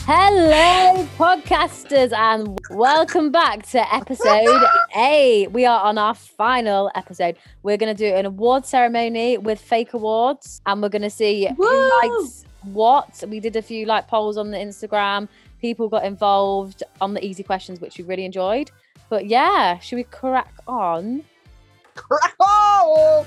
Hello, podcasters, and welcome back to episode eight. We are on our final episode. We're going to do an award ceremony with fake awards, and we're going to see Woo! who likes what. We did a few like polls on the Instagram. People got involved on the easy questions, which we really enjoyed. But yeah, should we crack on? Oh!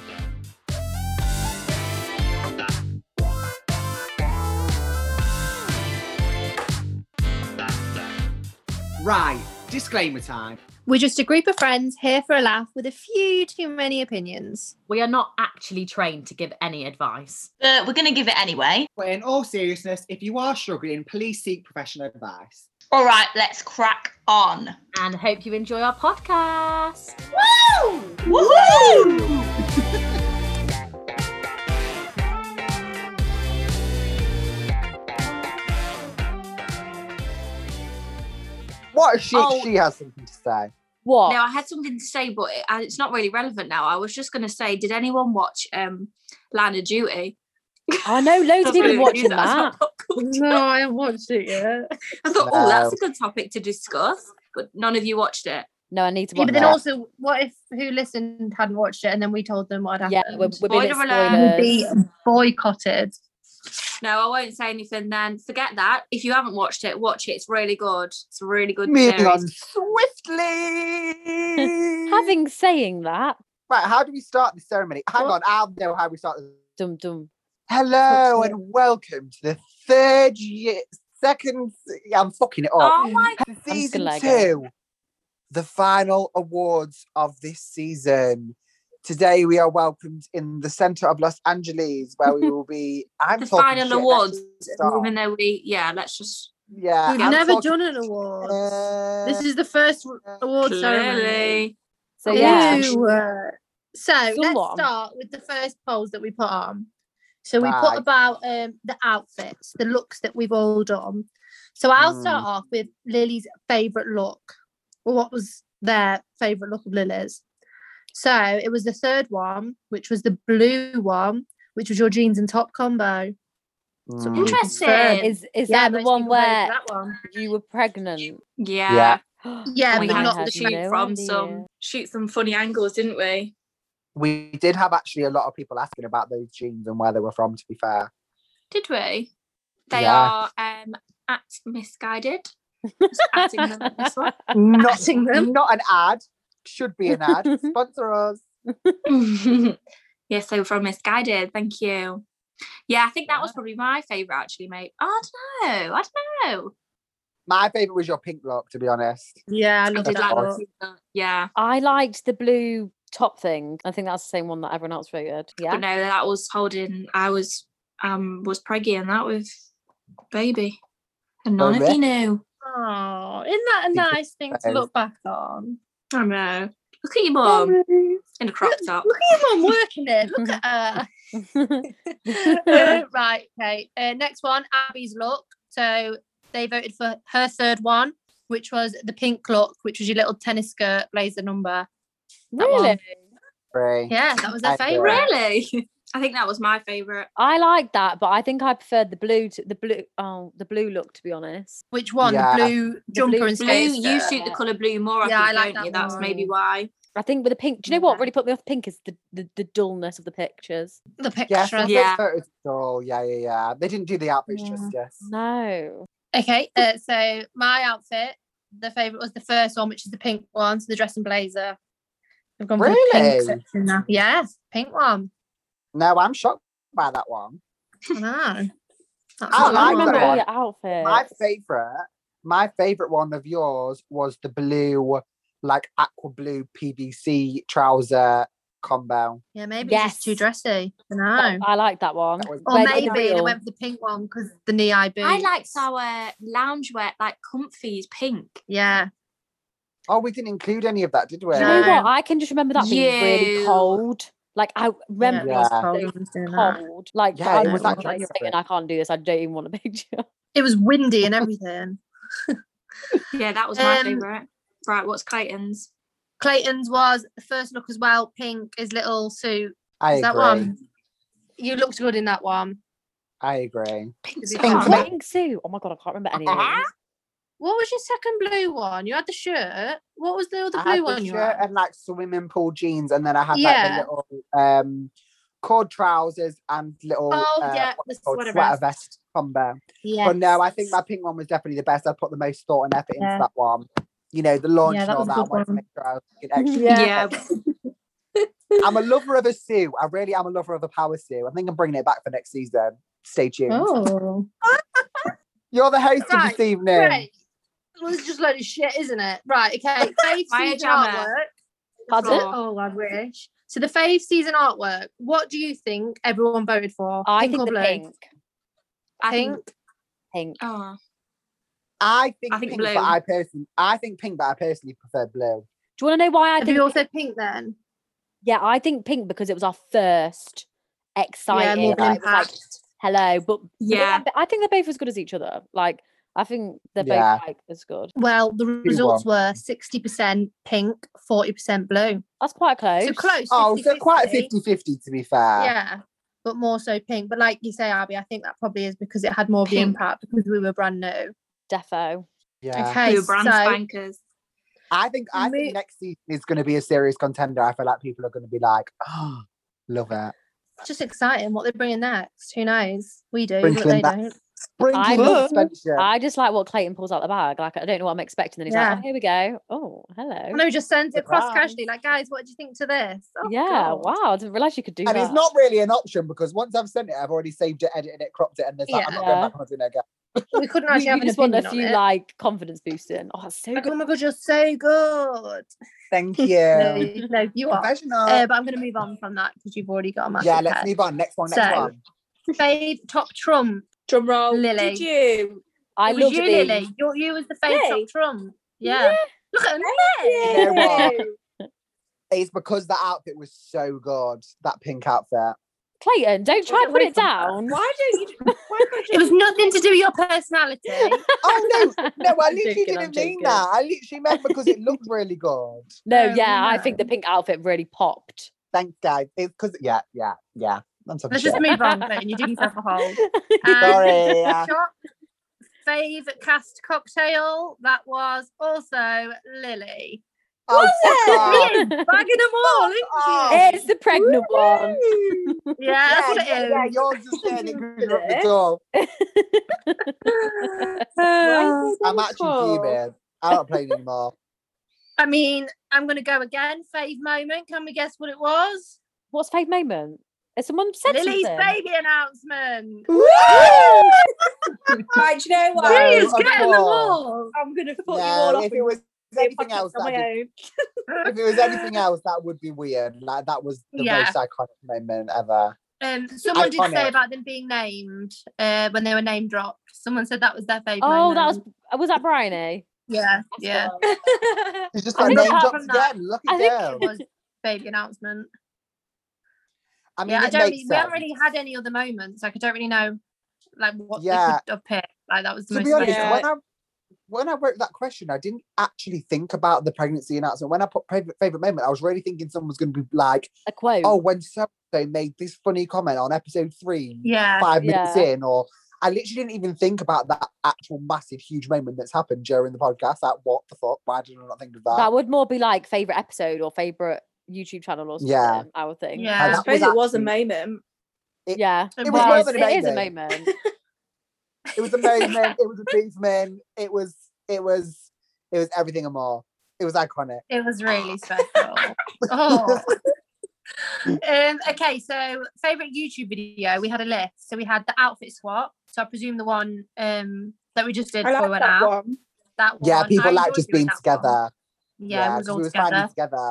Right, disclaimer time. We're just a group of friends here for a laugh with a few too many opinions. We are not actually trained to give any advice. But we're going to give it anyway. But in all seriousness, if you are struggling, please seek professional advice. All right, let's crack on. And hope you enjoy our podcast. Woohoo! What if she, Oh. she has something to say? What? No, I had something to say, but it, uh, it's not really relevant now. I was just going to say, did anyone watch um, Line of Duty? I know loads of I people was gonna use watching as my that. pop culture. I haven't watched it yet. I thought, oh, that's a No. good topic to discuss, but none of you watched it. No, I need to Yeah, watch but then that. also, what if who listened hadn't watched it and then we told them what had Yeah, we're, happened? we're being Spoiler We'd spoilers. alert. be boycotted. No, I won't say anything then. Forget that. If you haven't watched it, watch it. It's really good. It's a really good Moving on series. swiftly. Having saying that, right, how do we start the ceremony? Hang What? on, I'll know how we start. This. dum dum. Hello and welcome to the third year, second. Yeah, I'm fucking it up. Oh my The gonna season let it two, the final awards of this season. Today we are welcomed in the center of Los Angeles, where we will be. I'm The talking final shit, let's awards. just start. Even though we, yeah, let's just Yeah, We've I'm never talking done an award. shit. this is the first w- award ceremony. clearly. So Ew. yeah, So Go let's on. start with the first polls that we put on. So we Right. put about um, the outfits, the looks that we've all done. So I'll start off with Lily's favourite look. Well, what was their favourite look of Lily's? So it was the third one, which was the blue one, which was your jeans and top combo. Mm. Interesting. is is that the most one people voted for where that one. you were pregnant? Oh Yeah. Yeah. Yeah, we but had not to the shoot no from idea. some shoot some funny angles, didn't we? We did have actually a lot of people asking about those jeans and where they were from, to be fair. Did we? They Yeah. are um at misguided. Just adding them on this one. Not, Acting them. not an ad, should be an ad. Sponsor us. yeah, so from misguided, thank you. Yeah, I think that was probably my favourite actually, mate. I don't know. I don't know. My favourite was your pink look, to be honest. Yeah, I I love did that like look. the- yeah. I liked the blue top thing. I think that's the same one that everyone else voted. But Yeah, no, that was holding I was um was preggy and that with baby. And none of Baby. you knew. Oh, isn't that a Think it's nice thing to both. look back on? I know. Look at your Oh, Um, mum in a crop Look- top. Look at your mum working it. Look at her. Uh, right, okay. Uh, next one, Abby's look. So they voted for her third one, which was the pink look, which was your little tennis skirt blazer number. That one. really, Free. Yeah, that was their I agree. favourite. Really? I think that was my favourite. I liked that, but I think I preferred the blue. To, the blue, oh, the blue look. To be honest, Which one? Yeah. The blue jumper and Blue, skater. you shoot the colour blue more, I Yeah, think, I like don't you? that That's maybe one. why. I think with the pink. Do you know what Yeah. really put me off? Pink is the the, the dullness of the pictures. The Yes, picture. yeah. Yeah. photos all. Yeah, yeah, yeah. They didn't do the outfits justice. No, Okay, uh, so my outfit, the favourite was the first one, which is the pink one, so the dress and blazer. I've gone for the Really? pink section now. Yes, pink one. No, I'm shocked by that one. I know. That's I Oh, I, not like one. remember that all one. your outfits. My favourite, my favourite one of yours was the blue, like aqua blue PVC trouser combo. Yeah, maybe it's just too Yes. dressy. I know. That- I like that one. That was Or Where my did you maybe they feel? went for the pink one because the knee eye boot. I liked our loungewear, like comfy pink. Yeah. Oh, we didn't include any of that, did we? Do you know No. what? I can just remember that being really You- cold. Like I remember it Yeah. was cold so when I was doing that. cold. Like Yeah, I it was was like, like like that. saying, I can't do this. I don't even want a picture. It was windy and everything. Yeah, that was my Um, favourite. Right, what's Clayton's? Clayton's was the first look as well. Pink, his little suit. I Is that agree. one? You looked good in that one. I agree. Pink Is it scarf. pink? Pink Sue. Oh my god, I can't remember any of Uh-huh. these. What was your second blue one? You had the shirt. What was the other I blue had one the you shirt had? and like swimming pool jeans, and then I had Yeah. like the little um cord trousers and little Oh, uh, yeah, what's the it called? sweater sweater vest. vest combo. Yeah. But no, I think my pink one was definitely the best. I put the most thought and effort into Yeah. that one. You know, the launch Yeah, and that all was a that. I good wanted to one. make sure I was looking extra Yeah. I'm a lover of a Sue. I really am a lover of a power Sue. I think I'm bringing it back for next season. Stay tuned. Oh. You're the host of Right, this evening. Great. Well, it's just a load of shit, isn't it? Right, okay. Fave Maya season Jama. artwork. Pardon? Floor. Oh, I wish. So the fave season artwork. What do you think everyone voted for? I Pink think or the blue? pink. I think. Pink. Pink. Oh, I think, I think pink, but blue. I personally, I think pink, but I personally prefer blue. Do you want to know why I Have think? you all said pink then? yeah, I think pink because it was our first exciting. Love and like, it was like, Impact. hello, but but they Yeah. were- I think they're both as good as each other. Like I think they're Yeah. both like as good. Well, the results one. were 60% pink, 40% blue. That's quite close. So close. Oh, so quite 50-50. 50 50 to be fair. Yeah. But more so pink. But like you say, Abby, I think that probably is because it had more of the Pink. impact because we were brand new. Defo. Yeah. Okay. blue brand so spankers. I think I Mo- think next season is going to be a serious contender. I feel like people are going to be like, oh, love it. it's just exciting what they're bringing next. Who knows? We do, but Sprinkling they that- don't. I Sprinkling love- suspension. I just like what Clayton pulls out the bag. Like I don't know what I'm expecting. And he's Yeah. like, oh, here we go. Oh, hello. No, just sends it across Surprise. casually. Like, guys, what do you think to this? Oh, yeah. God. Wow. I didn't realize you could do and that. it's not really an option because once I've sent it, I've already saved it, edited it, cropped it, and there's like, I'm not going Yeah. back on doing it again. We couldn't You, actually you have an just want opinion a on few it. like confidence boosting. Oh, that's so Like, good. oh my god, you're so good. Thank No, you. you- no, you are. Professional. Uh, but I'm going to move on from that because you've already got a massive yeah, let's head. move on. Next one, next So- one. Fave top trump. Drum roll. Lily. Did you? I it was love you, these. Lily. You, you was the fave Me? top trump. Yeah. Look at Yay. You know what? It's because that outfit was so good. That pink outfit. Clayton, don't try it and put away it from her. down. Why don't you? Why can't It you? was nothing to do with your personality. Oh no, no, I literally joking, I'm didn't mean joking. that. I literally meant because it looked really good. No, No, yeah, we I think the pink outfit really popped. Thanks, guys. It's because yeah, yeah, yeah. I'm talking Let's shit. just move on, and you dig yourself a Um, hole. And Sorry. yeah. shop fave cast cocktail. That was also Lily. Oh, fuck off. Bagging them all, isn't off. It's the pregnant one. you? Yeah, that's what it yeah, is. yeah, yours is there and it grew up the Yes. door. Uh, Why is it I'm actually awful? fuming. I don't play anymore. I mean, I'm going to go again. Fave moment. Can we guess what it was? What's fave moment? Has someone said Lily's something? baby announcement. Right, do you know what? No, Lily is of getting them course. all. I'm gonna put you all No, off. if it and was do a anything podcast else, on that'd my own. be- if it was anything else, that would be weird. Like that was the Yeah. most iconic moment ever. Um, someone did say Iconic. about them being named uh, when they were name dropped. Someone said that was their fave. Oh, that was moment. was that Bryony? yeah, That's the yeah. one. She's just I got think name apart drops from that, again. Look I at think them. It was baby announcement. I mean, yeah, I it don't makes really, we haven't sense. really had any other moments. Like I don't really know like what Yeah. they could have picked. Like that was the to most be honest, special. when I when I wrote that question, I didn't actually think about the pregnancy announcement. When I put favorite, favorite moment, I was really thinking someone was going to be like, A quote. "Oh, when so so made this funny comment on episode three, Yeah. five minutes yeah. in," or I literally didn't even think about that actual massive, huge moment that's happened during the podcast. Like, what the fuck? Why did I not think of that? that would more be like favorite episode or favorite YouTube channel or something. Yeah. I would think. And Yeah. I that suppose it was a actually- moment. it- yeah. it It, was was, more than it is a maybe. moment. It was a moment. it was a movement. It was. It was. It was everything and more. It was iconic. It was really special. oh. Um, okay, so favorite YouTube video. We had a list. So we had the outfit swap. So I presume the one um that we just did I before we like went that out. one. That one. Yeah, people I like enjoyed just doing being that one. together. Yeah, it was 'cause all we was together. finally together.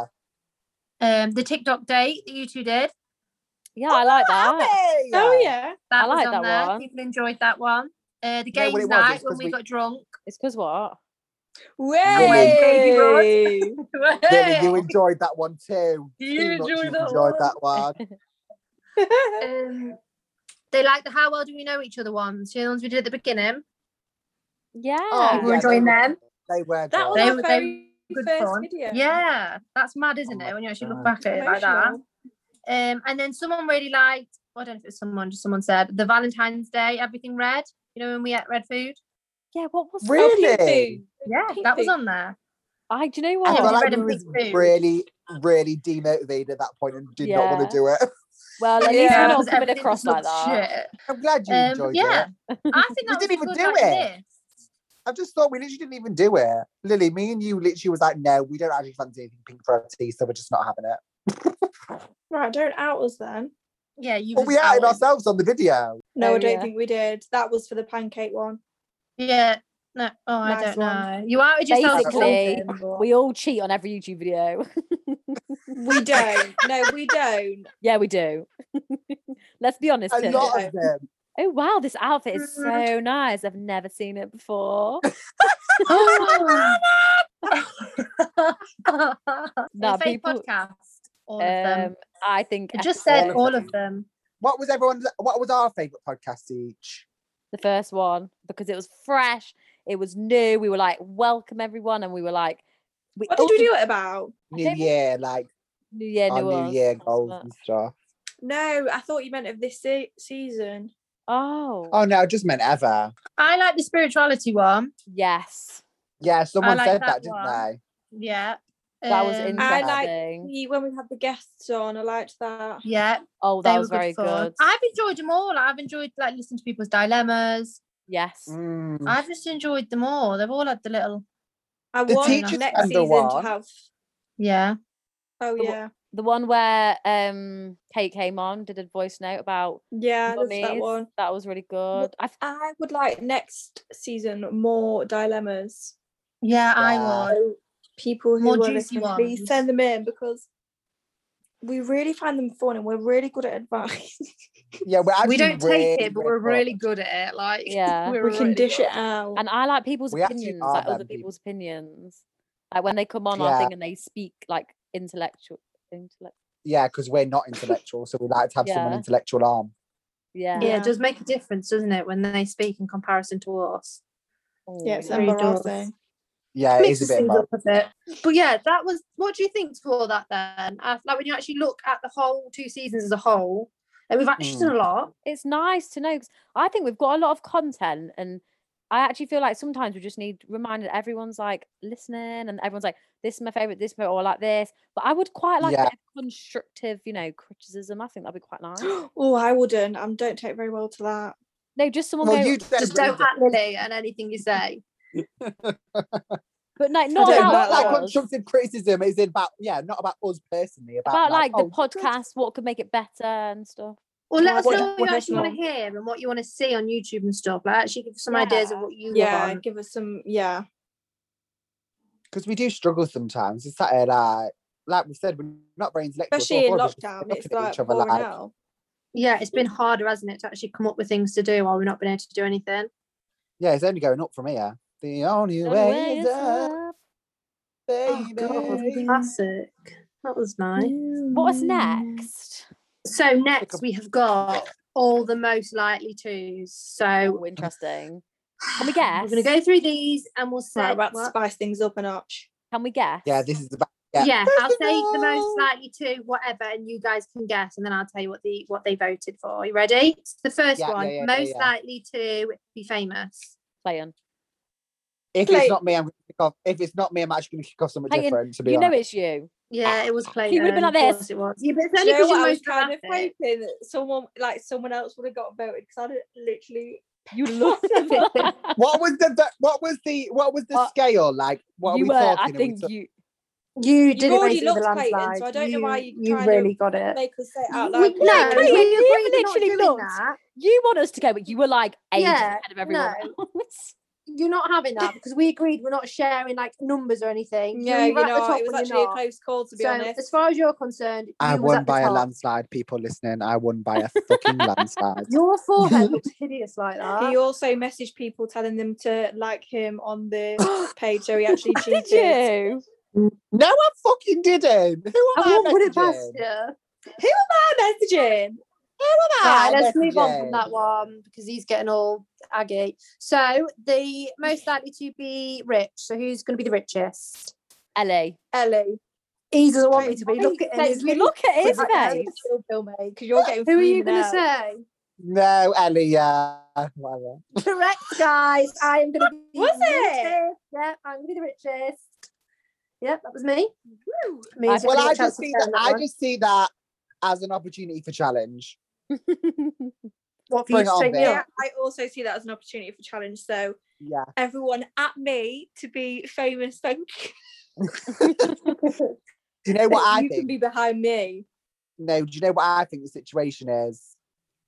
Um, the TikTok date that you two did. Yeah, I like that. Hey! Oh yeah. That I was like on that there. one. People enjoyed that one. Uh, the You know games what it was? night It's when 'cause we, we- got drunk. It's because what? Way. Billy, you enjoyed that one too. You Too much enjoyed you that enjoyed one. that one. Um, they like the how well do we know each other ones? You know, the ones we did at the beginning. Yeah. Oh, People yeah, enjoying they were- them. They were. That good. was They our were- they very were good first fun. video. Yeah, that's mad, isn't Oh my it? When you actually look God. back at it like that. Um, and then someone really liked I don't know if it's someone, just someone said the Valentine's Day, everything red. You know when we ate red food? Yeah, what was Oh, pink Really? food. Yeah, Pink that was food. on there. I do you know I what? Yeah, felt we like read we a was big food. really, really demotivated at that point and did not want Yeah. to do it. Well, at least Yeah. we're not That Because coming everything across just like looked that. shit. I'm glad you Um, but enjoyed yeah, it. I think We that was didn't even good do like it. this. I just thought we literally didn't even do it. Lily, me and you literally was like, no, we don't actually fancy anything pink for our tea, so we're just not having it. Right, don't out us then. Yeah, you. But was we outed outed. ourselves on the video. No, Oh, I don't yeah. think we did. That was for the pancake one. Yeah. No. Oh, I Nice don't one. know. You outed yourself. for Basically, something, but- We all cheat on every YouTube video. We don't. no, we don't. yeah, we do. Let's be honest A here. lot of them. Oh wow, this outfit is Mhm. so nice. I've never seen it before. Oh. Nah, Nah, fake people- podcast. All of them. Um, I think It just all said of all them. of them. What was everyone's what was our favourite podcast each? the first one because it was fresh, it was new. We were like, welcome everyone, and we were like, we What did we opened do it about? New don't know. Year, like New Year, our new, New us. Year That's goals what- and stuff. No, I thought you meant of this se- season. Oh, Oh no, I just meant ever. I like the spirituality one. yes, Yeah, someone like said that that, didn't one. they? Yeah. that was Um, I like- interesting. We- When we had the guests on, I liked that. Yeah, oh, they that were was very fun. good. I've enjoyed them all. I've enjoyed like listening to people's dilemmas. Yes, Mm. I've just enjoyed them all. They've all had the little I The want teachers next and the season one. to have. yeah. Oh The wha- yeah, the one where um Kate came on did a voice note about yeah, there's that mummies. one. That was really good. I f- I would like next season more dilemmas. Yeah. Yeah, I would. So people who More are juicy listening, please ones. send them in because we really find them fun and we're really good at advice. Yeah, we're actually we don't really, take it, but really we're good. really good at it. Like Yeah. we're we can really dish good. it out. and I like people's We actually opinions, are like other them people. people's opinions, like when they come on our Yeah. thing and they speak like intellectual, intellect. Yeah, because we're not intellectual, so we like to have someone Yeah. intellectual on. Yeah, Yeah, Yeah. it does make a difference, doesn't it, when they speak in comparison to us? Oh, yeah, it's There you go. embarrassing. Yeah, it is a Mixes bit things up embarrassing. a bit. But yeah, that was. What do you think for all that then? Uh, like when you actually look at the whole two seasons as a whole, and we've actually done a lot. it's nice to know 'cause I think we've got a lot of content, and I actually feel like sometimes we just need reminded. Everyone's like listening, and everyone's like, "This is my favorite," "This," or like this. But I would quite like a Yeah. bit of constructive, you know, criticism. I think that'd be quite nice. oh, I wouldn't. I don't take very well to that. No, just someone Well, go, you don't Just really don't do. at Lily and anything you say. but like No, not about, don't know not like us. constructive criticism. It's about yeah, not about us personally. About, about like the oh, you could- podcast, what could make it better and stuff. Or let Yeah, us what- know what what you actually want to personal- hear and what you want to see on YouTube and stuff. Like actually give us some ideas of what you Yeah, want. give us some. Yeah, because we do struggle sometimes. It's that uh, like, like we said, we're not very intellectual. so especially in all of us just lockdown, looking it's at like boring out. Yeah, it's been harder, hasn't it, to actually come up with things to do while we've not been able to do anything. yeah, it's only going up from here. The only Don't way, weigh is us up, up. Oh baby. god, Baby. classic. That was nice. What's Mm. next? So next we have got all the most likely twos. So Oh, interesting. Can we we're gonna guess? go through these and we'll say Right, we're about to what- spice things up a notch. Can we guess? yeah, this is about yeah, yeah. I'll First of say the most all- likely two, whatever, and you guys can guess, and then I'll tell you what the what they voted for. you ready? So the first Yeah, yeah, one, yeah, yeah, most yeah. likely to be famous. Playing. If Play- it's not me, I'm gonna kick off. If it's not me, I'm actually gonna kick off something Hang in, different. To be You know honest, it's you. Yeah, Ah, it was Clayton. He would've been like this. of course It was. Yeah, but it's Do only you know because what? you're I was most kind of dramatic. hoping that someone, like someone else, would have got voted because I didn't literally. You look. what was the the- what was the what was the Uh, scale like? What are you we were. talking? I Are we think talk- you. You did it already basically with a looked Clayton, so landslide. I don't know why you you kind of really got it. Make us say it out We- loud. no, Clayton, we you've agreed we're not literally doing looked. that. You want us to go, but you were like ages Yeah, ahead of everyone else. You're not having that because we agreed we're not sharing like numbers or anything. No, you were at the know, top it was when actually you're a not. close call to be so honest. as far as you're concerned, I you was won at the by a top. landslide. People listening, I won by a fucking landslide. Your forehead looks hideous like that. He also messaged people telling them to like him on the page, so he actually cheated. Did you? No, I fucking didn't. Who am I I, won't put it past messaging? you. Who am I messaging? Right, Ah, let's move on messaging. from that one because he's getting all aggy. So the most likely to be rich. So who's going to be the richest? Ellie. Ellie. He doesn't want me to be. Look at Like, his you look at his face. Because you're getting. Who are you going going to to say? No, Ellie, yeah. Whatever. Correct, guys. I am going to be Was the it? richest. Yeah, I'm going to be the richest. Yep, that was me. Me I- is a Well, pretty I good just chance of see that. saying I one. just see that as an opportunity for challenge. What, for you bring to it on, take me babe. on? Yeah, I also see that as an opportunity for challenge. So Yeah. everyone at me to be famous. Thank you. Do you know what I you think? can be behind me. no, do you know what I think the situation is?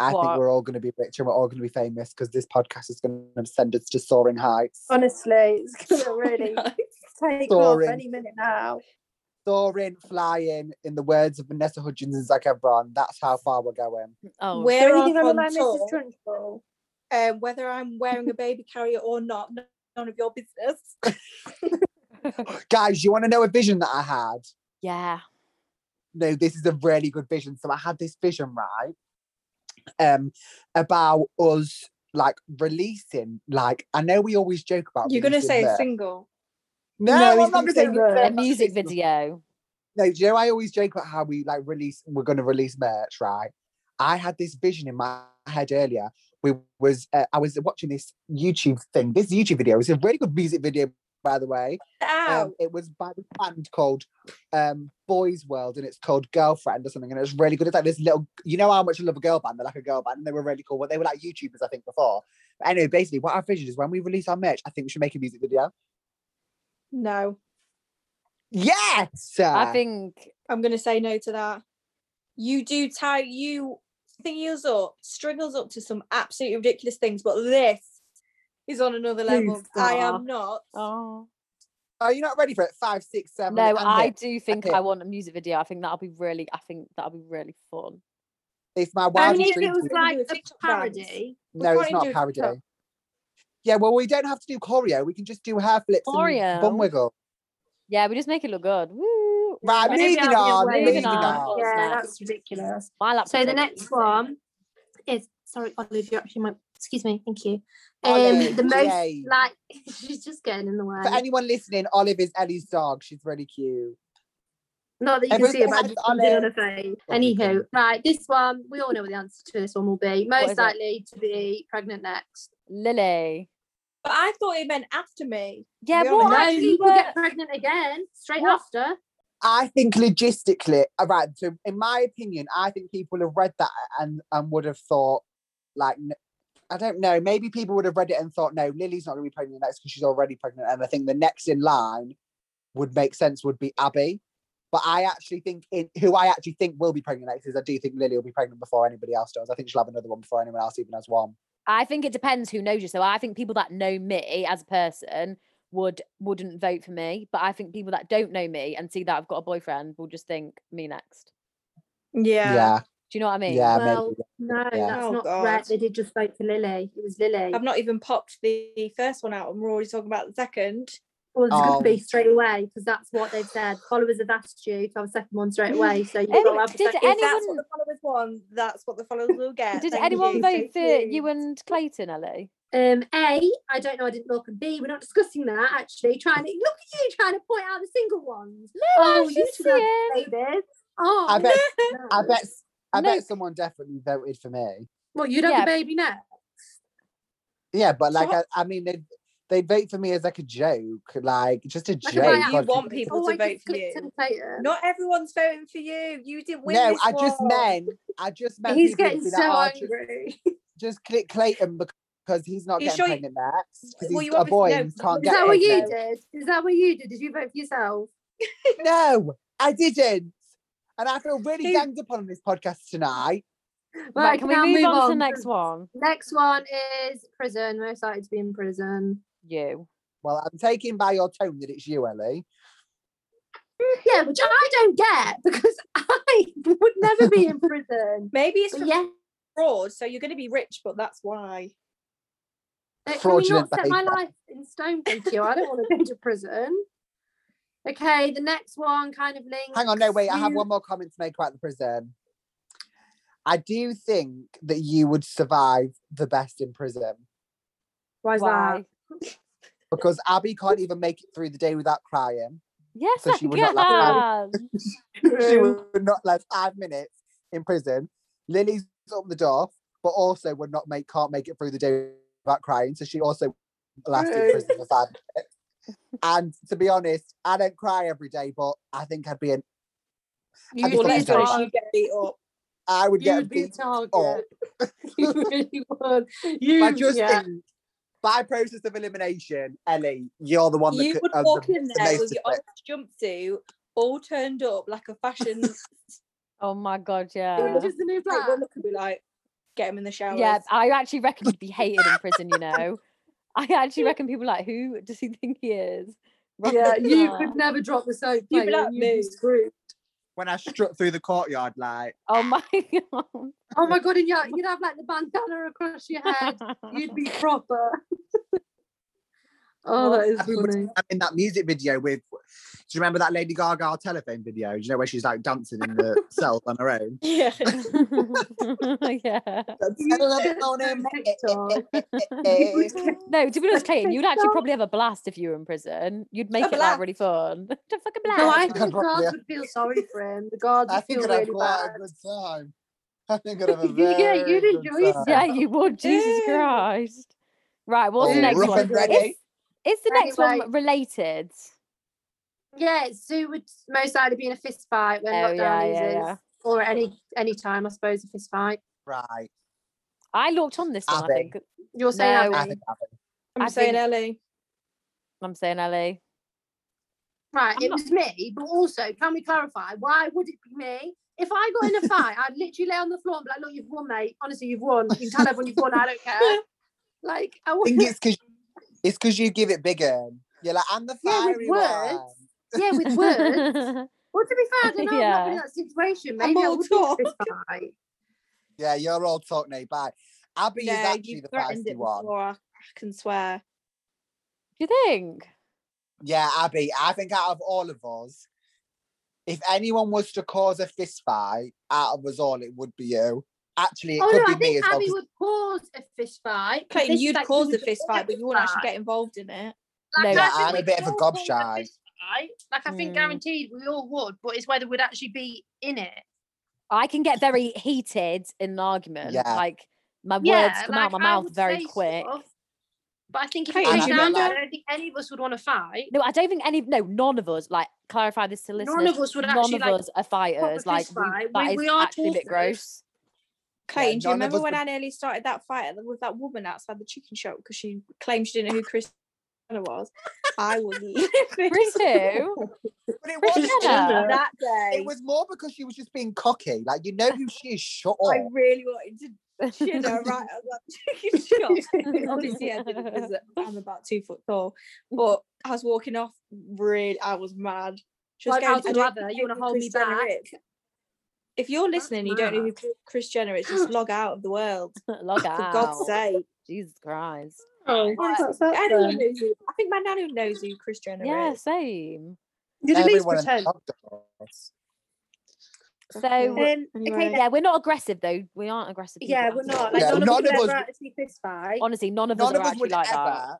I think What? we're all going to be rich and we're all going to be famous because this podcast is going to send us to soaring heights. Honestly, it's going to really take off Soaring. any minute now. Soaring, flying, in the words of Vanessa Hudgens and Zac Efron, that's how far we're going. Oh, Is there We're off anything on on my tour, Mrs. Trunchbull? um, whether I'm wearing a baby carrier or not, n- none of your business. Guys, you want to know a vision that I had? yeah. No, this is a really good vision. So I had this vision, right? Um, about us like releasing, like I know we always joke about You're gonna releasing say the- a single. No, No, he's I'm not gonna gonna say say the- A release- music video. No, do you know I always joke about how we like release we're gonna release merch, right? I had this vision in my head earlier. We was uh, I was watching this YouTube thing. This YouTube video is a really good music video, by the way. Ow! Um, it was by the band called um, Boys World, and it's called Girlfriend or something. And it was really good. It's like this little, you know how much I love a girl band. They're like a girl band, and they were really cool. Well, they were like YouTubers, I think, before. But anyway, basically, what our vision is when we release our merch, I think we should make a music video. no, Yes, I think I'm gonna say no to that. You do tie you thing us up, string us up to some absolutely ridiculous things, but this is on another level. I stop. am not. oh. Are you not ready for it? Five, six, seven. No, and I hit. do think Okay. I want a music video. I think that'll be really I think that'll be really fun. It's my I wildest Only mean, if dream. it was to- gonna like do a a TikTok dance. parody. we no, can't it's even not do a a TikTok. parody. Yeah, well, we don't have to do choreo. We can just do hair flips and Choreo? bum wiggle. Yeah, we just make it look good. Woo. Right, Maybe moving I'll on, be away. moving Moving on. on. What's Yeah, next? that's ridiculous. My laptop's So the over. next one is sorry, Olive, you're actually my excuse me, thank you. Olive, Um, the most yay. like she's just getting in the way. For anyone listening, Olive is Ellie's dog. She's really cute. Not that you can Everyone see say it, but I hi just to can see Olive. the thing. Lovely Anywho, thing. right, this one we all know what the answer to this one will be. is Most it? likely to be pregnant next. Lily. But I thought it meant after me. Yeah, be what honest. no, actually you will were get pregnant again straight What? after. I think logistically, all right. So, in my opinion, I think people have read that and and would have thought, like, n- I don't know. Maybe people would have read it and thought, no, Lily's not going to be pregnant next because she's already pregnant. And I think the next in line would make sense would be Abby. But I actually think in who I actually think will be pregnant next is I do think Lily will be pregnant before anybody else does. I think she'll have another one before anyone else even has one. I think it depends who knows you. So I think people that know me as a person would wouldn't vote for me, but I think people that don't know me and see that I've got a boyfriend will just think me next. Yeah. Yeah, Do you know what I mean? yeah, well, maybe. no, Yeah. that's Oh, not God. correct. They did just vote for Lily. It was Lily. I've not even popped the first one out, and we're already talking about the second. Well, it's going Oh. to be straight away because that's what they've said. Followers have asked you to have a second one straight away. So you've Oh, got to have a did second. If that's Anyone- what the followers want, that's what the followers will get. Did Thank anyone you. vote for you Please. and Clayton, Ellie? Um, A, I don't know, I didn't look, and B, we're not discussing that actually. Trying to look at you trying to point out the single ones. I oh, was you just should have seeing. babies. Oh, I bet. I no. bet. I No. bet someone definitely voted for me. Well, you'd have Yeah. a baby now. Yeah, but like I, What? I mean, they they vote for me as like a joke, like just a Like a joke. buyout. God, You want people Oh, to I vote just for clicked you. and Clayton. Not everyone's voting for you. You didn't win. no, this I just one. meant, I just meant. He's people would getting be so like, "Oh, ju- angry. Just, click Clayton because he's not You getting sure you- pregnant next because Well, he's you a obviously- boy no, and he can't is Is get that what you pregnant. did? Is that what you did? Did you vote for yourself? No, I didn't, and I feel really Who- ganged up on this podcast tonight. Right, Right, can now we move on, to the 'cause next one? Next one is prison. Most likely to be in prison. You. Well, I'm taking by your tone that it's you, Ellie. Yeah, which I don't get because I would never be in prison. Maybe it's But for yeah, fraud, so you're going to be rich, but that's why. Uh, Can we Fraudulent not set my behaviour. life in stone? Thank you. I don't want to go to prison. Okay, the next one kind of links. Hang on, no, wait. I have you- one more comment to make about the prison. I do think that you would survive the best in prison. Why is that? Why? because Abby can't even make it through the day without crying. Yes, So I she would not laugh can. she would not last five minutes in prison. Lily's on the door, but also would not make can't make it through the day without crying. So she also lasted in prison for five minutes. And to be honest, I don't cry every day, but I think I'd be an You I'd be would fucking literally terrified. you get beat up. I would You get would be beat target. up. you really would. You I just yeah. think by process of elimination, Ellie, you're the one that you could, would uh, the- walk in the there most with your affected. orange jumpsuit, all turned up like a fashion Oh my god, yeah. Orange is the new black. woman could be like, get him in the shower. Yeah, I actually reckon you'd be hated in prison, you know. I actually reckon people are like, who does he think he is? Rock Yeah, you star. could never drop the soap You'd plate. and be like You'd be me. screwed. when I strut through the courtyard, like Oh my god. Oh my god, and yeah, you'd have like the bandana across your head. You'd be proper. oh, that is I mean, when- funny. I'm in that music video with. Do you remember that Lady Gaga telephone video? Do you know where she's like dancing in the cell on her own? Yeah. yeah. TikTok. No, to be honest, Clayton, you'd actually probably have a blast if you were in prison. You'd make it like blast. really fun. Just like a blast. No, I I'd think the probably- guards would feel sorry for him. The guards I would think feel I'd have really quite bad. a good time. I think I'd have a Yeah, very you'd good enjoy yourself. yeah, time. you would. Jesus Ew. Christ. Right, what's Oh, the next rough one? and ready. Is, is the next one Anyway. related? Yeah, Zoo would most likely be in a fist fight when Oh, lockdown yeah, yeah, eases, yeah. or any any time, I suppose, a fist fight. Right. I looked on this one, I Abby. think. You're saying No, Ellie. I think I think. I'm I saying think- Ellie. I'm saying Ellie. Right, I'm it not- was me, but also, can we clarify why would it be me? If I got in a fight, I'd literally lay on the floor and be like, "Look, you've won, mate. Honestly, you've won. You can tell everyone you've won. I don't care." Like, I I would, think it's because it's because you give it bigger. You're like I'm the Yeah, with fiery words. one. yeah, with words. Well, to be fair, I don't know. I'm not Yeah. been in that situation. I'm Maybe I all would be in a talk. fist fight. Yeah, you're all talk now. Bye. Abby is No, actually you the threatened feisty it one. before. I I can swear. Do you think? Yeah, Abby, I think out of all of us, if anyone was to cause a fist fight out of us all, it would be you. Actually, it Oh could no, I be me think as well. Abby 'cause- would cause a fist fight. but Clayton, this you'd fact cause a is fist fight, but you wouldn't actually get involved in it. No, Like, Yeah, I think I'm a we'd bit of a all cause gobshy. fist fight. Like, I Hmm. think Mm. guaranteed we all would, but it's whether we'd actually be in it. I can get very heated in an argument. Yeah. Like my words come out my like, I mouth would very say quick. stuff, but I think if Hey, it comes and I feel down to it, like- I don't think any of us would want to fight. No, I don't think any. No, none of us. Like clarify this to listeners. None of us would none actually of like. us are fighters. Like fist we, fight. that We- is we are actually a bit talkers. gross. Clayton, do none you of remember us when would- I nearly started that fight with that woman outside the chicken shop because she claimed she didn't know who Christiana was? I was living. Christo? But it Christiana. was that day. it was more because she was just being cocky. Like you know who she is. Shut I up. Oh. really wanted to chin her right out that chicken shop. Obviously, I didn't because I'm about two foot tall. But I was walking off. Really, I was mad. She was Like, going, how "I to don't other, know you wanna who hold me Kris Jenner back?" is." If you're listening, and you don't know who Kri- Kris Jenner is. Just log out of the world, Log for out. God's sake. Jesus Christ. Oh, Like, Anyone knows who, I think my nanny knows who Kris Jenner Yeah, is. same. Did at least Everyone in the pretend. podcast. So Um, Anyway. yeah, we're not aggressive though. We aren't aggressive. people yeah, at we're not. all. Like, No, none, none of us of would us- ever actually fist fight. Honestly, none of us None are of us actually would like that. ever.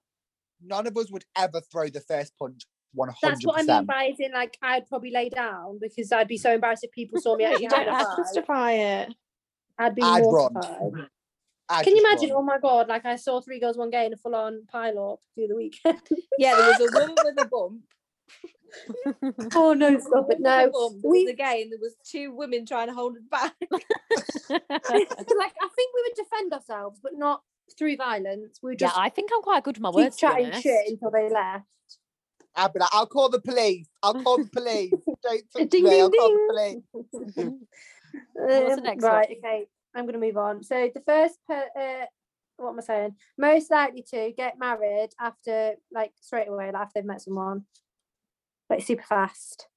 None of us would ever throw the first punch. One That's hundred what I mean percent. by it in like I'd probably lay down because I'd be so embarrassed if people saw me Yeah, actually you having don't a have to fight. justify it. I'd be I'd run. mortified. Can you imagine? Oh my god! Like I saw three girls one gay in a full-on pile up through the weekend. Yeah, there was a woman with a bump. oh no! a woman Stop it! with a No, bump. There we was a gay and there was two women trying to hold it back. like I think we would defend ourselves, but not through violence. We would yeah, just I think I'm quite good with my keep words. to be chatting honest. shit until they left. I'd be like, I'll call the police. I'll call the police. Don't touch Ding, me. ding, I'll call ding. the police. What's the Um, next one? right, okay. I'm going to move on. So the first, per, uh, what am I saying? Most likely to get married after, like, straight away, like, after they've met someone, like, super fast.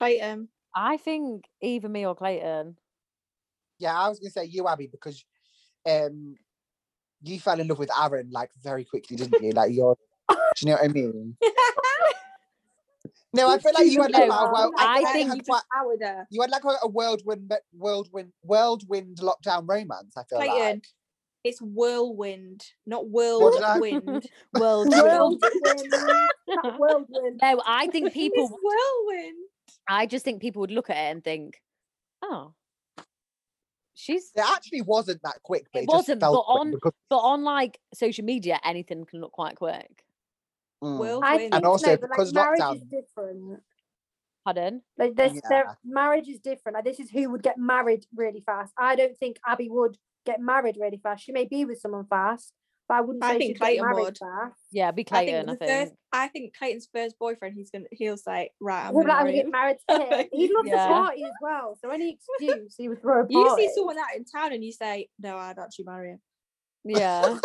Clayton. I think either me or Clayton. Yeah, I was gonna say you, Abby, because um, you fell in love with Aaron like very quickly, didn't you? Like you're, do you know what I mean? no, I feel like you had like No, a well, I feel like think you you had just quite- outed her. you had like a, a whirlwind, whirlwind, whirlwind, whirlwind lockdown romance. I feel like Clayton, It's whirlwind, not What did I- whirlwind. World. World World. win. Not world win. No, I think people. It's whirlwind. I just think people would look at it and think, "Oh, she's." It actually wasn't that quick, but It it, just wasn't, felt but quick on- because- But on like social media, anything can look quite quick. Mm. I Whirlwind. think And also no, but like because marriage is lockdown- different. Pardon. Like this, Yeah. their marriage is different. Like this is who would get married really fast. I don't think Abby would get married really fast. She may be with someone fast, but I wouldn't I say think she'd get Clayton married would. fast. Yeah, be I think Clayton. I the think. first. I think Clayton's first boyfriend. He's gonna. He'll say, right. I'm He'd be gonna like, I'm gonna marry get him." married to him. He loves Yeah. a party as well, so any excuse he would throw a You party. see someone out in town and you say, no, I'd actually marry him. Yeah.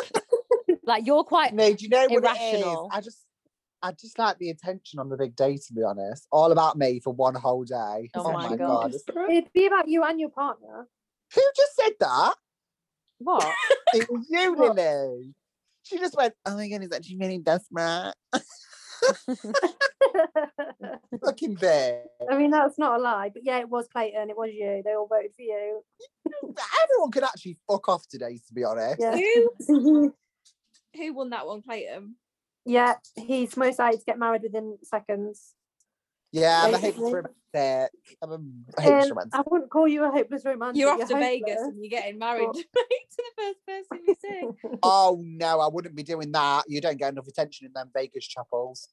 like you're quite. No, do you know what Irrational. it is? I just, I just like the attention on the big day. To be honest, all about me for one whole day. Oh my God. It'd be about you and your partner. Who just said that? What? It was you, Lily. She just went, "Oh my god, is that too many desperate fucking bitch?" I mean, that's not a lie, but yeah, it was Clayton. It was you. They all voted for you. But Everyone could actually fuck off today. To be honest, Yeah. Who? Who won that one, Clayton? yeah, he's most likely to get married within seconds. yeah, I'm a hopeless Basically. romantic. I'm a hopeless Um, romantic. I wouldn't call you a hopeless romantic. You're off to Vegas hopeless. and you're getting married to the first person you see. Oh no, I wouldn't be doing that. You don't get enough attention in them Vegas chapels.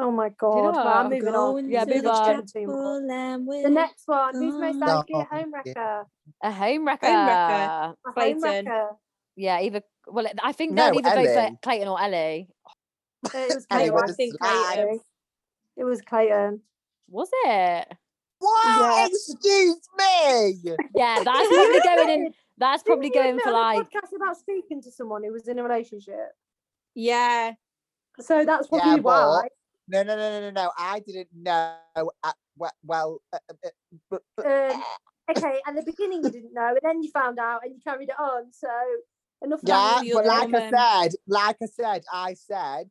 Oh my you know god! what? well, I'm I'm moving on. going Yeah, to move the on. Getting too much. The next one. Who's most Oh. likely a Oh, yeah. home wrecker? A home wrecker. wrecker. A home Clayton. wrecker. Yeah, either. Well, I think No, they'd either vote for Ellie. Clayton or Ellie. Uh, It was Ellie Clayton. with I the think slides. Clayton. actually. It was Clayton. Was it? Wow, Yeah. excuse me. Yeah, that's probably going in. Didn't That's probably you admit going for on a like. podcast about speaking to someone who was in a relationship. Yeah. So that's Yeah, probably but- why. No, no, no, no, no, no. I didn't know. At, we- well, uh, uh, uh, but- but- Um, okay, at the beginning you didn't know, and then you found out, and you carried it on. So enough. of yeah, that. the but other like woman. I said, like I said, I said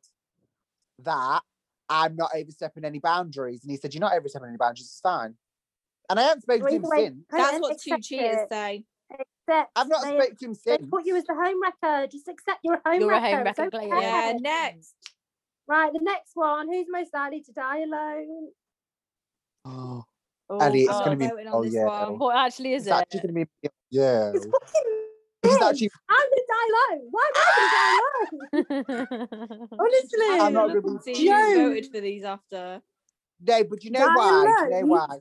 that I'm not overstepping any boundaries, and he said, "You're not overstepping any boundaries. It's fine." And I haven't spoken Well, to him either way, since. That's Clayton, what two accept cheaters it. say. Accept I've not they- spoken to him They since. put you as the home wrecker. Just accept you're a home You're a wrecker. home It's wrecker, Clayton. okay. Yeah, next. Right, the next one. Who's most likely to die alone? Oh, Oh, Ellie, it's God. going to be. voting on Oh this yeah. one. What actually is It's it? actually going to be. Yeah. It's fucking. It's me. actually. I'm gonna die alone. Why am I gonna die alone? Honestly, I'm not Look going and to see be. who Joe. voted for these after. No, but you know Die why? Do you know alone. why?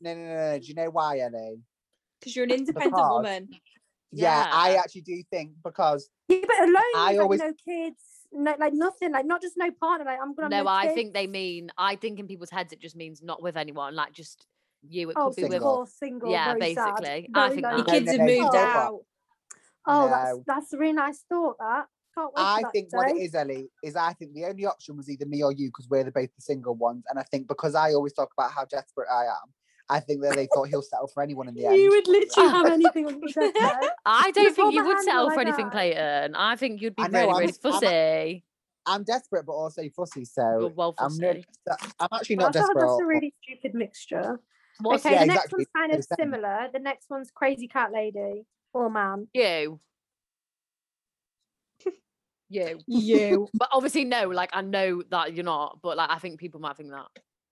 No, no, no, no. Do you know why, Ellie? Because you're an independent Because- woman. Yeah, I Yeah. actually do think because yeah, but alone. I I always- always like, no kids, no like nothing, like not just no partner. Like I'm gonna. have no, I kids. think they mean. I think in people's heads it just means not with anyone, like just you. It Oh, could be with. single. single, single. Yeah, very sad, basically. I very think lonely. Your No, kids no, have no, moved oh, out. Oh, that's No. that's a really nice thought. That can't wait. I for that think what it day. is, Ellie, is I think the only option was either me or you because we're the both the single ones. And I think because I always talk about how desperate I am, I think that they thought he'll settle for anyone in the end. You would literally have anything on your deathbed. I don't Just hold think you my would hand settle while for I anything, die. Clayton. I think you'd be I know, really, I'm- really I'm- fussy. I'm desperate but also fussy, You're so well I'm fussy. not, I'm actually Well, I not feel like desperate. that's at a all. really stupid mixture. What's okay, Yeah, the next exactly, one's kind it's of the same. similar. The next one's crazy cat lady or man. you? you. You. But obviously, no, like I know that you're not, but like I think people might think that.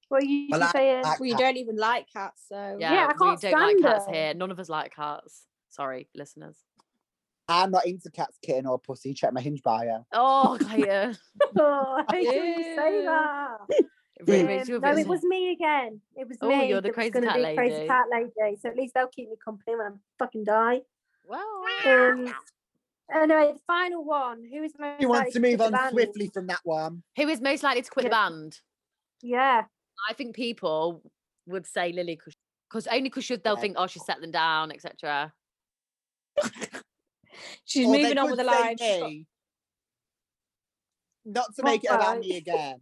What are you Well, just I- saying? I well, you can't- don't even like cats, so. Yeah, Oh, Yeah, I we can't don't like stand cats it. here. None of us like cats. Sorry, listeners. I'm not into cats, kitten, or pussy. Check my hinge bio. Oh, Clayton. oh, I hate it when you Yeah. say that. It really Um, makes you a no, bit it was me again. It was Oh, me. you're the that was crazy gonna cat be lady. Crazy cat lady. So at least they'll keep me company when I fucking die. Well, Um, anyway, the final one. Who is most She wants likely to move quit on the band? swiftly from that one. who is most likely to quit the band? Yeah. I think people would say Lily because only because they'll Yeah. think, oh, she's settling down, etc. She's Or they moving on could with her say life. She's got- me. Not to What make it about about- me again,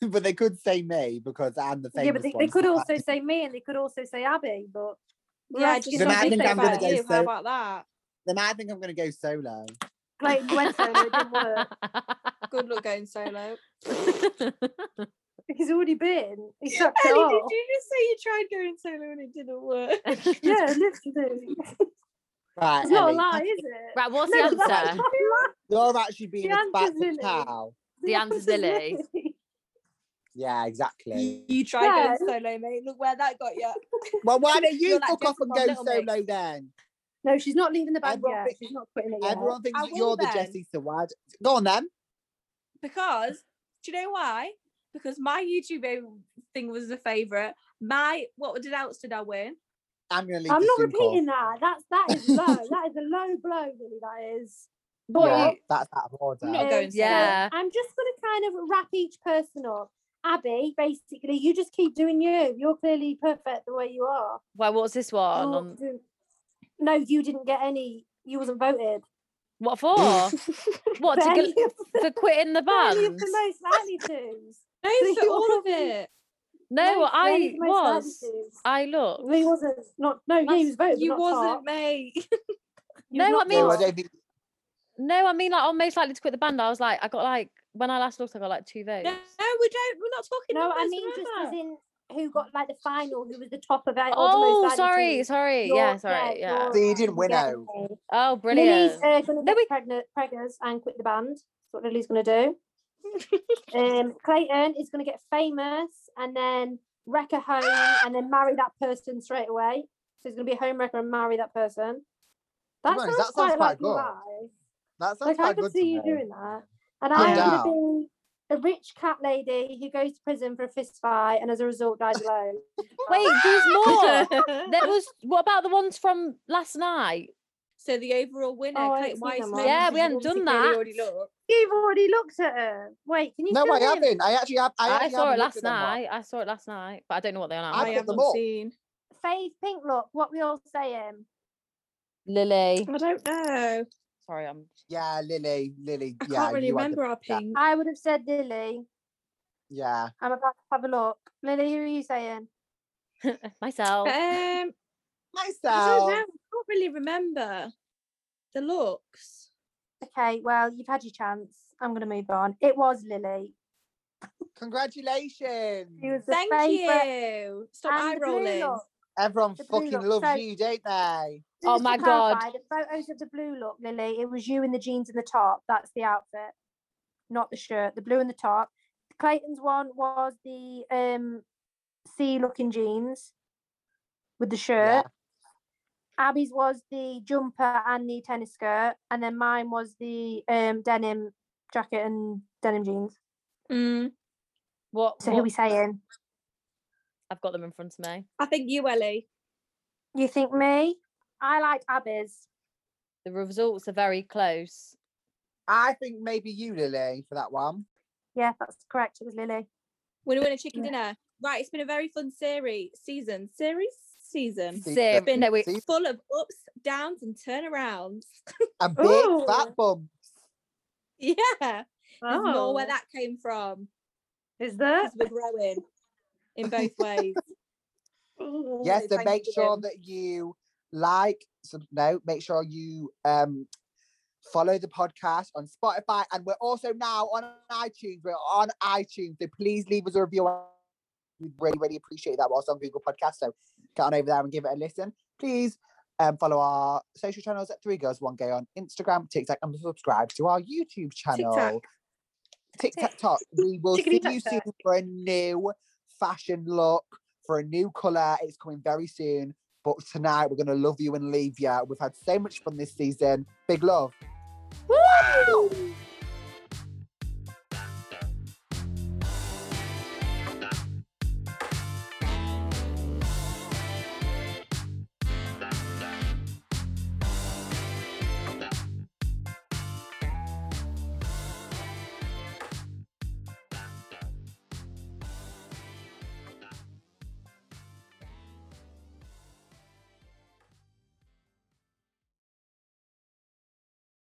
but they could say me because I'm the famous yeah, but they, one. they could so I- also say me and they could also say Abby, but we're Yeah, asking just Then not I something think think I'm gonna about different. go you. How so- about that? Then I think I'm going to go solo. Clayton went solo, it didn't work. Good luck going solo. He's already been. He sucked it Ellie, did off. you just say you tried going solo and it didn't work? Yeah, literally. Right, It's not a Ellie. lie, is it? Right, what's No, the that's answer? not a lie. You're actually being The a answer's spiteful Lily. cow. The answer's Lily. Yeah, exactly. You try Yeah. going solo, mate. Look where that got you. Well, why don't you You're like fuck off Jacob and on go Little Mix. solo then? No, she's not leaving the band Everyone yet. think- She's not quitting it yet. Everyone thinks I that will you're the then. Jessie, so why? d- Go on then. Because do you know why? Because my YouTube thing was the favourite. My what did else did I win? I'm gonna leave. I'm you not soon, Cole. repeating that. That's that is low. that is a low blow, really. That is. But Yeah, that's out of order. I'm not Um, going solo. Yeah. I'm just going to kind of wrap each person up. Abby, basically, you just keep doing you. You're clearly perfect the way you are. Well, what's this one? You're On, doing- No, you didn't get any. You wasn't voted. what for? what For to any go, of the- for quitting the for any of band? the most likely to's. No, So for you all of already- it. No, for any I of the most likely was. to's. I looked. He wasn't. Not no. He was voted. but You not top. wasn't, mate. You No, was I not mean- No, I top. don't think. No, I mean like on most likely to quit the band. I was like, I got like when I last looked, I got like two votes. No, we don't. We're not talking. No, numbers, I mean just as remember? in who got like the final, who was the top of it. all the most Oh, likely sorry, to's. sorry. You're- Yeah, sorry. Yeah. you're So you didn't not win getting out. any. Oh, Lily's brilliant. uh, going to No, get we- pregnant, preggers and quit the band. That's what Lily's going to do. um, Clayton is going to get famous and then wreck a home and then marry that person straight away. So he's going to be a home wrecker and marry that person. That Nice, sounds, that sounds quite, quite like good. your life. That sounds Like I quite could good. to see you me. doing that. And I'm I'm going down. to be a rich cat lady who goes to prison for a fist fight and as a result dies alone. Wait, there's more. there was. What about the ones from last night? So the overall winner, Oh, I Clayton haven't seen them Weissman. all. Yeah, we you haven't obviously done clearly that. already looked. You've already looked at her. Wait, can you? No, show I him? haven't. I actually have. I, I, actually saw haven't it looked last at them all. night. I saw it last night, but I don't know what they are now. I I, put them haven't up. seen. Faith Pinklock, what we all saying? Lily. I don't know. Sorry, I'm. Yeah, Lily, Lily. I yeah, can't really you had the- remember our pink. I would have said Lily. yeah, I'm about to have a look. Lily, who are you saying? Myself. Um, I don't myself. know. I can't really remember the looks. Okay, well, you've had your chance. I'm going to move on. It was Lily. Congratulations. She was the Thank favourite. you. Stop and eye the blue rolling. look. Everyone The blue fucking look, loves so- you, don't they? Oh Just to my God. clarify, The photos of the blue look, Lily. It was you in the jeans and the top. That's the outfit, not the shirt. The blue and the top. Clayton's one was the um sea looking jeans with the Yeah. shirt. Abby's was the jumper and the tennis skirt, and then mine was the um, denim jacket and denim jeans. Mm, What? So who what- we saying? I've got them in front of me. I think you, Ellie. You think me? I like Abby's. The results are very close. I think maybe you, Lily, for that one. Yeah, that's correct. It was Lily. Winner, winner, chicken Yeah. dinner. Right, it's been a very fun series, season, series, season. See, Sarah- the- no, wait. see, Full of ups, downs, and turnarounds. a big Ooh. fat bump. yeah, there's more Oh. where that came from is that? because we're growing in both ways. Yes, so so make thank sure you. that you like. So, no, make sure you um follow the podcast on Spotify, and we're also now on iTunes. We're on iTunes, so please leave us a review. on- We really, really appreciate that. We're also on Google Podcasts, so get on over there and give it a listen. Please um, follow our social channels at Three Girls One Gay on Instagram, TikTok, and subscribe to our YouTube channel. Tic Tac Toc. We will see Tickety you soon for a new fashion look, for a new colour. It's coming very soon. But tonight we're gonna love you and leave you. We've had so much fun this season. Big love. Woo!